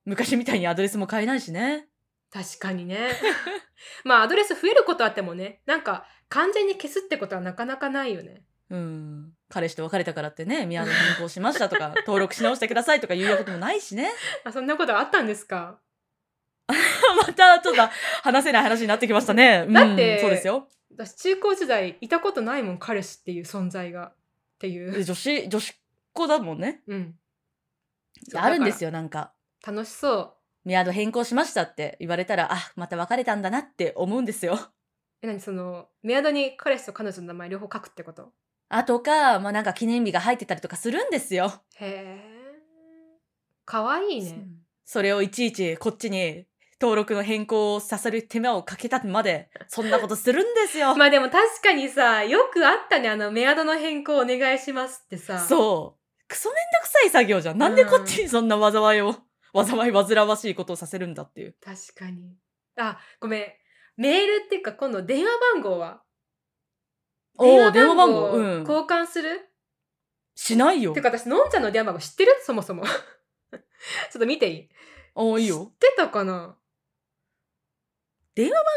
Speaker 1: 昔みたいにアドレスも変えないしね。
Speaker 2: 確かにね <laughs> まあアドレス増えることあってもねなんか完全に消すってことはなかなかないよね
Speaker 1: うん。彼氏と別れたからってね、メアド変更しましたと
Speaker 2: <laughs>
Speaker 1: か、登録し直してくださいとか言うようなこともないしね。
Speaker 2: あそんなことあったんですか
Speaker 1: <laughs> また、ちょっと話せない話になってきましたね。うん
Speaker 2: だって
Speaker 1: そうですよ。
Speaker 2: 私中高時代いたことないもん彼氏っていう存在がっていう、
Speaker 1: 女子、女子っ子だもんね。
Speaker 2: うん、
Speaker 1: いやあるんです
Speaker 2: よ
Speaker 1: よ、なんか。
Speaker 2: 楽しそう
Speaker 1: メアド変更しましたって言われたら、あ、また別れたんだなって思うんですよ。 <laughs>
Speaker 2: え何そのメアドに彼氏と彼女の名前両方書くってこと
Speaker 1: あとか、まあなんか記念日が入ってたりとかするんですよ。
Speaker 2: へえかわいいね
Speaker 1: それをいちいちこっちに登録の変更をさせる手間をかけたまで、そんなことするんですよ。
Speaker 2: <laughs> まあでも確かにさよくあったねあのメアドの変更お願いしますってさ
Speaker 1: そう。クソめんどくさい作業じゃん。なんでこっちにそんな災いを、災い煩わしいことをさせるんだっていう。
Speaker 2: 確かにあごめんメールっていうか今度電話番号は
Speaker 1: おお、電話番号。
Speaker 2: を
Speaker 1: うん。
Speaker 2: 交換する、
Speaker 1: しないよ
Speaker 2: て。か私のんちゃんの電話番号知ってるそもそも <laughs> ちょっと見ていい
Speaker 1: おいいよ。
Speaker 2: 知ってたかな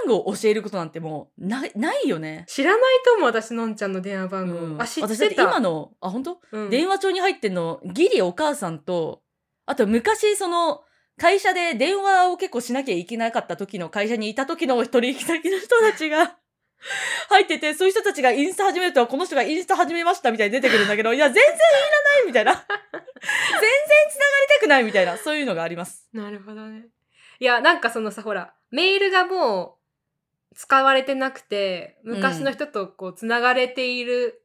Speaker 1: 番号を教えることなんてもう、な、ないよね。
Speaker 2: 知らないと思う私のんちゃんの電話番号、
Speaker 1: うん
Speaker 2: あ知っ
Speaker 1: 私だってて
Speaker 2: た
Speaker 1: 今の、あ、本当
Speaker 2: うん
Speaker 1: 電話帳に入ってんのギリお母さんとあと昔その会社で電話を結構しなきゃいけなかった時の会社にいた時の取引先の人 <laughs> たちが入っててそういう人たちがインスタ始めるとこの人がインスタ始めましたみたいに出てくるんだけどいや全然いらないみたいな <laughs> 全然繋がりたくないみたいなそういうのがあります。
Speaker 2: なるほどねいやなんかそのさほらメールがもう使われてなくて昔の人とこうつながれている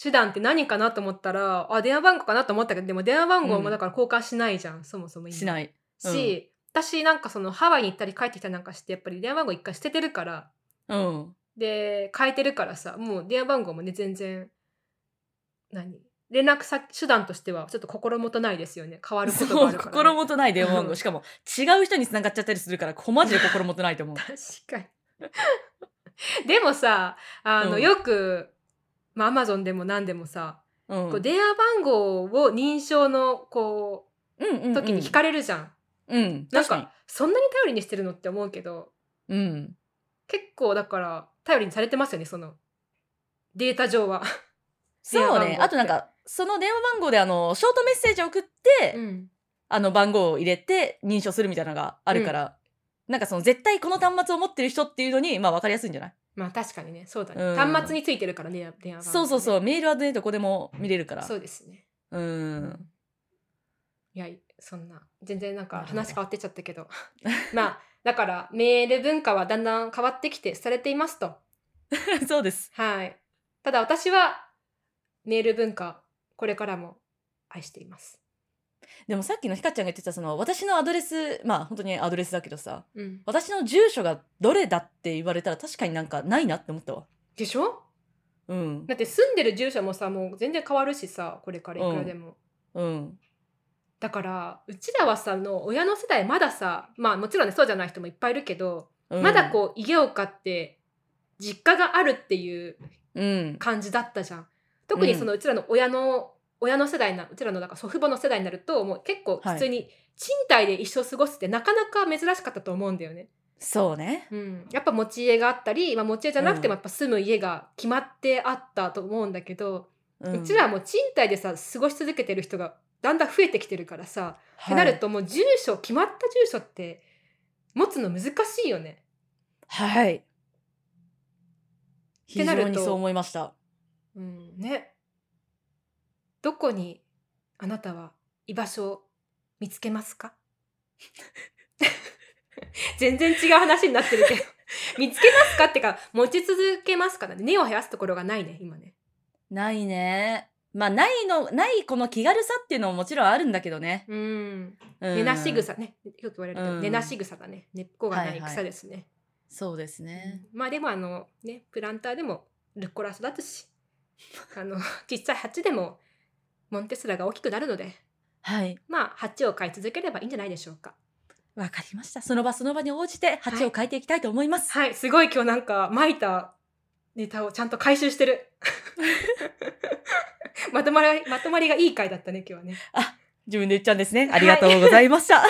Speaker 2: 手段って何かなと思ったら、あ電話番号かなと思ったけどでも電話番号
Speaker 1: うん
Speaker 2: もだから交換しないじゃん、そもそも今
Speaker 1: しない。うん
Speaker 2: し、私なんかそのハワイに行ったり帰ってきたりなんかしてやっぱり電話番号一回捨ててるから
Speaker 1: うん。
Speaker 2: で変えてるからさもう電話番号もね全然何連絡先手段としてはちょっと心もとないですよね変わること
Speaker 1: そ
Speaker 2: があ
Speaker 1: う、
Speaker 2: るからね、
Speaker 1: 心もとない電話番
Speaker 2: う
Speaker 1: 号。
Speaker 2: ん
Speaker 1: しかも、違う人に繋がっちゃったりするから、こマジで心もとないと思う。
Speaker 2: 確かに <laughs> でもさあの、
Speaker 1: うん
Speaker 2: よくまあアマゾンでも何でもさ、
Speaker 1: うん。
Speaker 2: こう電話番号を認証のこ
Speaker 1: うんうんう
Speaker 2: うん時に聞かれるじゃん、
Speaker 1: うん。
Speaker 2: なん
Speaker 1: 確かに
Speaker 2: か。そんなに頼りにしてるのって思うけど
Speaker 1: うん。
Speaker 2: 結構だから頼りにされてますよねそのデータ上は、
Speaker 1: そう
Speaker 2: 電話番号っ
Speaker 1: ね。
Speaker 2: て
Speaker 1: あとなんか、その電話番号であの、ショートメッセージを送って、
Speaker 2: ん、
Speaker 1: あの番号を入れて認証するみたいなのがあるから、なんかその絶対この端末を持ってる人っていうのに、まあ分かりやすいんじゃない、
Speaker 2: まあ確かにねそうだね、
Speaker 1: うん
Speaker 2: 端末についてるからね電話番号ね
Speaker 1: そうそうそう。メールはね、どこでも見れるから。
Speaker 2: そうですね
Speaker 1: うん。 <laughs>
Speaker 2: いやそんな全然なん
Speaker 1: な
Speaker 2: か
Speaker 1: るほど
Speaker 2: 話変わってっちゃったけど <laughs> まあだからメール文化はだんだん変わってきてされていますと
Speaker 1: そうです。
Speaker 2: はいただ私はメール文化これからも愛しています
Speaker 1: でもさっきのひかちゃんが言ってた、その、私のアドレス、まあ本当にアドレスだけどさ、
Speaker 2: うん
Speaker 1: 私の住所がどれだって言われたら確かになんかないなって思ったわ。
Speaker 2: でしょ
Speaker 1: うん。
Speaker 2: だって住んでる住所もさもう全然変わるしさこれからいくらでも、
Speaker 1: うん。
Speaker 2: だからうちらはさあの親の世代まださまあもちろんねそうじゃない人もいっぱいいるけど、
Speaker 1: うん
Speaker 2: まだこう家を買って実家があるっていう
Speaker 1: う。うん。
Speaker 2: 感じだったじゃん特にそのうちらの親の、親の世代なうちらのなんか祖父母の世代になるともう結構普通に賃貸で一生過ごすってなかなか珍しかったと思うんだよね、
Speaker 1: そうね。
Speaker 2: うん、やっぱ持ち家があったり、まあ、持ち家じゃなくても
Speaker 1: うん
Speaker 2: やっぱ住む家が決まってあったと思うんだけど、
Speaker 1: う
Speaker 2: うんちらはもう賃貸でさ過ごし続けてる人がだんだん増えてきてるからさ、ってなるともう住所決まった住所って持つの難しいよね。
Speaker 1: はい。
Speaker 2: て
Speaker 1: 非
Speaker 2: なる
Speaker 1: 常
Speaker 2: と
Speaker 1: にそう思いました。
Speaker 2: うん、ねどこにあなたは居場所を見つけますか <laughs> 全然違う話になってる
Speaker 1: <laughs>
Speaker 2: けど見つけますかってか持ち続けますかなんて根を生やすところがないね今ね
Speaker 1: ないね。まあないのないこの気軽さっていうのももちろんあるんだけどね。
Speaker 2: うん
Speaker 1: うん
Speaker 2: 寝なし草ねよく言われるけど、
Speaker 1: うん
Speaker 2: 寝なし草だね根っこがな
Speaker 1: はい
Speaker 2: い
Speaker 1: はい
Speaker 2: 草ですね、
Speaker 1: そうですね。
Speaker 2: まあでもあのねプランターでもルッコラ育
Speaker 1: <laughs>
Speaker 2: つしあの実際鉢でもモンテスラが大きくなるので
Speaker 1: はい。
Speaker 2: まあ鉢を買い続ければいいんじゃないでしょうか
Speaker 1: わかりました。その場その場に応じて鉢を変えていきたいと思います。
Speaker 2: はいすごい今日なんかまいたネタをちゃんと回収してる <laughs> まとまりまとまりがいい回だったね今日はね
Speaker 1: 自分で言っちゃうんですね。ありがとうございました。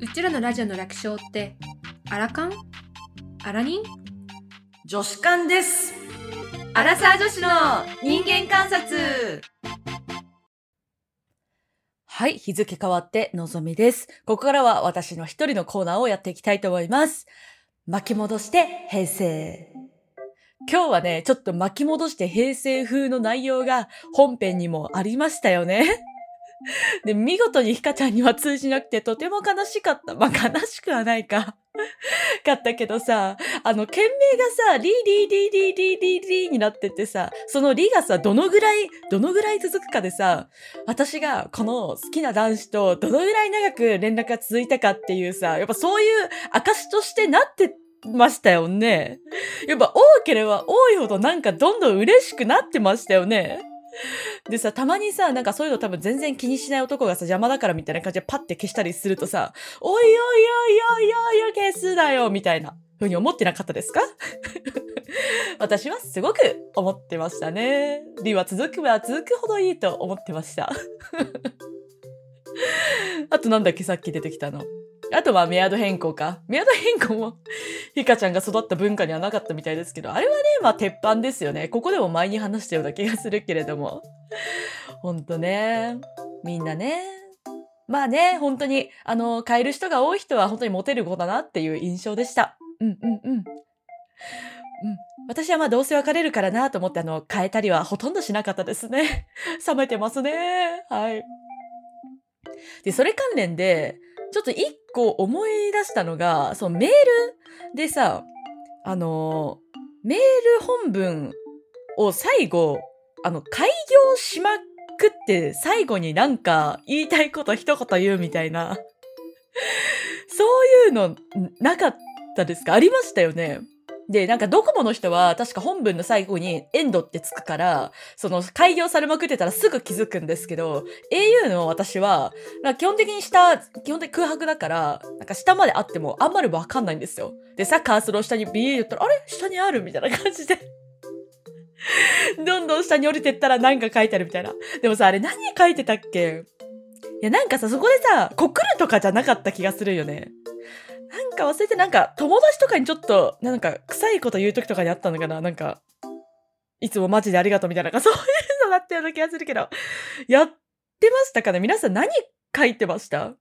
Speaker 2: うちらのラジオの楽勝ってアラカンアラニン
Speaker 1: 女子館です。
Speaker 2: アラサー女子の
Speaker 1: 人間観察はい、日付変わってのぞみです。ここからは私の一人のコーナーをやっていきたいと思います。巻き戻して平成。今日はね、ちょっと巻き戻して平成風の内容が本編にもありましたよね。 <laughs> で、見事にひかちゃんには通じなくてとても悲しかった。まあ、悲しくはないか。 <laughs> かったけどさ、あの、県名がさ、リーリーリーリーリーリーリーになっててさ、そのリーがさ、どのぐらい、どのぐらい続くかでさ、私がこの好きな男子とどのぐらい長く連絡が続いたかっていうさ、やっぱそういう証としてなってましたよね。やっぱ多ければ多いほどなんかどんどん嬉しくなってましたよね。でさ、たまにさ、なんかそういうの多分全然気にしない男がさ、邪魔だからみたいな感じでパッて消したりするとさ、おいおいおいおいおいおい消すなよみたいなふうに思ってなかったですか <laughs> 私はすごく思ってましたね。理は続くは続くほどいいと思ってました。 <laughs> あとなんだっけさっき出てきたの。あとはメアド変更か。メアド変更もひかちゃんが育った文化にはなかったみたいですけど、あれはね、まあ鉄板ですよね。ここでも前に話したような気がするけれども。ほんとね。みんなね。まあね、本当に、あの、変える人が多い人は本当にモテる子だなっていう印象でした。うんうんうん。うん。私はまあどうせ別れるからなと思って、あの、変えたりはほとんどしなかったですね。 <laughs> 冷めてますね。はい。で、それ関連で、ちょっと一個思い出したのが、そのメールでさ、あの、メール本文を最後、あの、開業しまくって最後になんか言いたいこと一言言うみたいな、そういうのんなかったですかありましたよね。で、なんかドコモの人は確か本文の最後にエンドってつくから、その開業されまくってたらすぐ気づくんですけど、au の私は、なんか基本的に下、基本的に空白だから、なんか下まであってもあんまりわかんないんですよ。でさ、カーソルを下にビー言ったら、あれ下にあるみたいな感じで。 <laughs> どんどん下に降りてったらなんか書いてあるみたいな。でもさ、あれ何書いてたっけいや、なんかさ、そこでさ、告るとかじゃなかった気がするよね。なんか忘れて、なんか友達とかにちょっと、なんか臭いこと言う時とかにあったのかななんか、いつもマジでありがとうみたいな、なんかそういうのだったような気がするけど、やってましたかね皆さん何書いてました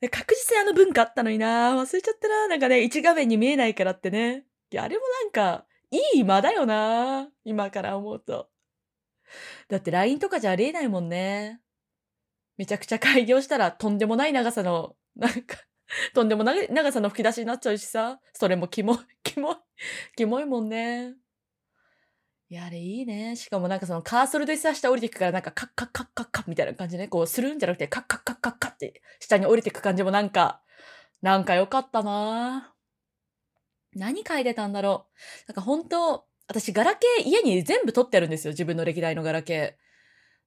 Speaker 1: で確実にあの文化あったのにな忘れちゃったななんかね、一画面に見えないからってね。いや、あれもなんか、いい間だよな今から思うと。だって LINE とかじゃありえないもんね。めちゃくちゃ開業したらとんでもない長さの、なんか、 <laughs> とんでもない長さの吹き出しになっちゃうしさ、それもキモい、 <laughs> キモい、キモいもんね。いや、あれいいね。しかもなんかそのカーソルでさ、下降りていくからなんかカッカッカッカッカッみたいな感じでね、こうするんじゃなくてカッカッカッカッカッって下に降りていく感じもなんか、なんか良かったな何書いてたんだろう。なんか本当私、ガラケー、家に全部取ってあるんですよ。自分の歴代のガラケー。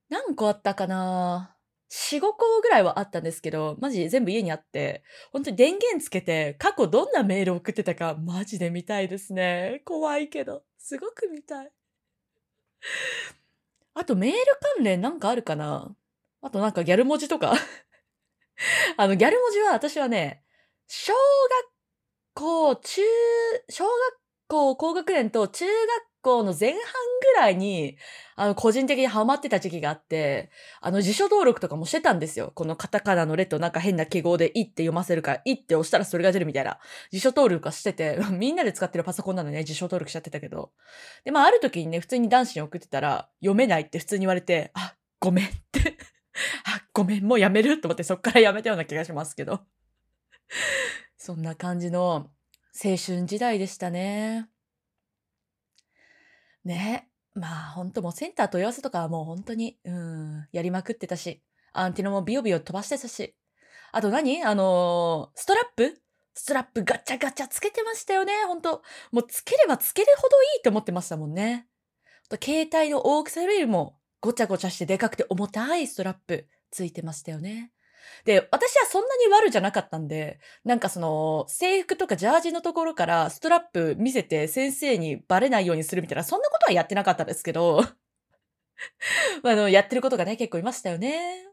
Speaker 1: 何個あったかな4、5個ぐらいはあったんですけど、マジ全部家にあって、本当に電源つけて、過去どんなメール送ってたか、マジで見たいですね。怖いけど、すごく見たい。あと、メール関連なんかあるかなあとなんかギャル文字とか。 <laughs> あの、ギャル文字は私はね、小学校、中、小学校高学年と中学校の前半ぐらいに、あの、個人的にハマってた時期があって、あの、辞書登録とかもしてたんですよ。このカタカナのレとなんか変な記号でいって読ませるから、いって押したらそれが出るみたいな。辞書登録はしてて、 <laughs> みんなで使ってるパソコンなのね、辞書登録しちゃってたけど。で、まあ、ある時にね、普通に男子に送ってたら、読めないって普通に言われて、あ、ごめんって。 <laughs> あ、ごめん、もうやめると思ってそっからやめたような気がしますけど。そんな感じの青春時代でしたね。ね。まあ本当もうセンター問い合わせとかはもう本当に、うん、やりまくってたし、アンティノもビヨビヨ飛ばしてたし。あと何あのーストラップストラップガチャガチャつけてましたよね、本当もうつければつけるほどいいと思ってましたもんね。あと携帯の大きさよりもごちゃごちゃしてでかくて重たいストラップついてましたよね。で、私はそんなに悪じゃなかったんで、なんかその、制服とかジャージのところからストラップ見せて先生にバレないようにするみたいな、そんなことはやってなかったですけど、 <laughs> まああの、やってることがね、結構いましたよね。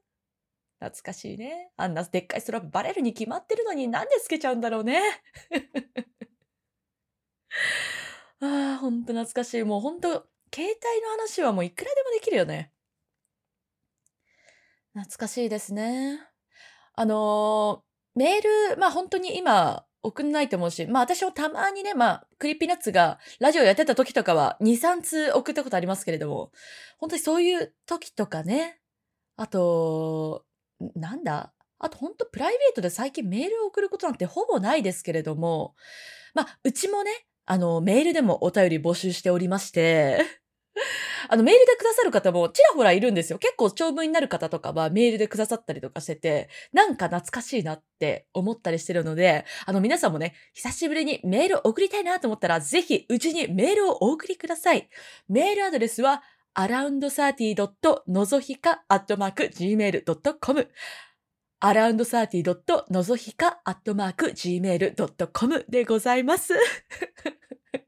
Speaker 1: 懐かしいね。あんなでっかいストラップバレるに決まってるのになんでつけちゃうんだろうね。 <laughs> ああ、ほんと懐かしい。もうほんと、携帯の話はもういくらでもできるよね。懐かしいですね。あのーメール、まあ本当に今送んないと思うし、まあ私もたまにね、まあクリッピーナッツがラジオやってた時とかは2、3通送ったことありますけれども、本当にそういう時とかね、あと、なんだあと本当プライベートで最近メールを送ることなんてほぼないですけれども、まあうちもね、あのメールでもお便り募集しておりまして、 <laughs> あの、メールでくださる方もちらほらいるんですよ。結構長文になる方とかはメールでくださったりとかしてて、なんか懐かしいなって思ったりしてるので、あの皆さんもね、久しぶりにメール送りたいなと思ったら、ぜひうちにメールをお送りください。メールアドレスは、around30.nozohika.gmail.com アラウンドサーティドットのぞひかアットマーク gmail.com でございます。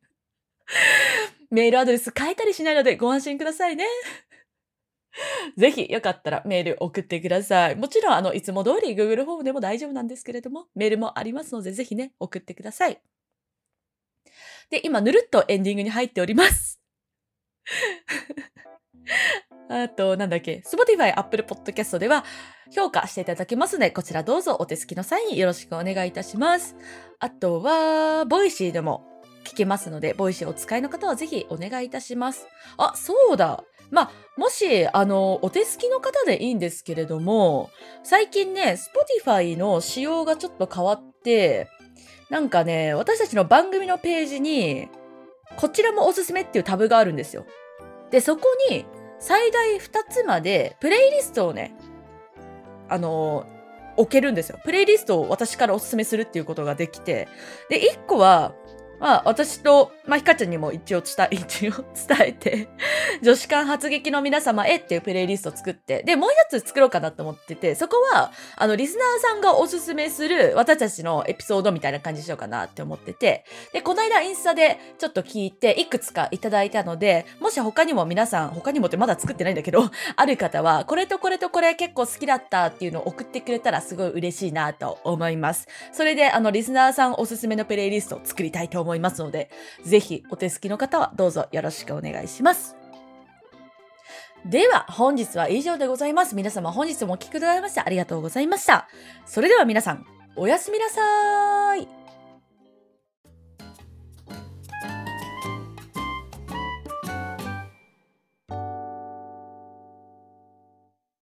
Speaker 1: <laughs> メールアドレス変えたりしないのでご安心くださいね。 <laughs> ぜひよかったらメール送ってください。もちろんあのいつも通り Google フォームでも大丈夫なんですけれども、メールもありますのでぜひね、送ってください。で、今ぬるっとエンディングに入っております。 <laughs> あと、なんだっけ、Spotify、Apple Podcast では評価していただけますので、こちらどうぞお手すきの際によろしくお願いいたします。あとは、ボイシーでも聞けますので、ボイシーお使いの方はぜひお願いいたします。あ、そうだ。まあ、もし、あの、お手すきの方でいいんですけれども、最近ね、Spotify の仕様がちょっと変わって、なんかね、私たちの番組のページに、こちらもおすすめっていうタブがあるんですよ。で、そこに、最大2つまで、プレイリストをね、あの、置けるんですよ。プレイリストを私からおすすめするっていうことができて、で、1個は、まあ、私と、まあ、ひかちゃんにも一応伝え、一応伝えて、 <laughs> 女子間発撃の皆様へっていうプレイリストを作って、で、もう一つ作ろうかなと思ってて、そこは、あの、リスナーさんがおすすめする私たちのエピソードみたいな感じにしようかなって思ってて、で、この間インスタでちょっと聞いて、いくつかいただいたので、もし他にも皆さん、他にもってまだ作ってないんだけど、 <laughs> ある方は、これとこれとこれ結構好きだったっていうのを送ってくれたらすごい嬉しいなと思います。それで、あの、リスナーさんおすすめのプレイリストを作りたいと思いますので、ぜひお手すきの方はどうぞよろしくお願いします。では、本日は以上でございます。皆様本日もお聴きくださいましてありがとうございました。それでは皆さん、おやすみなさーい。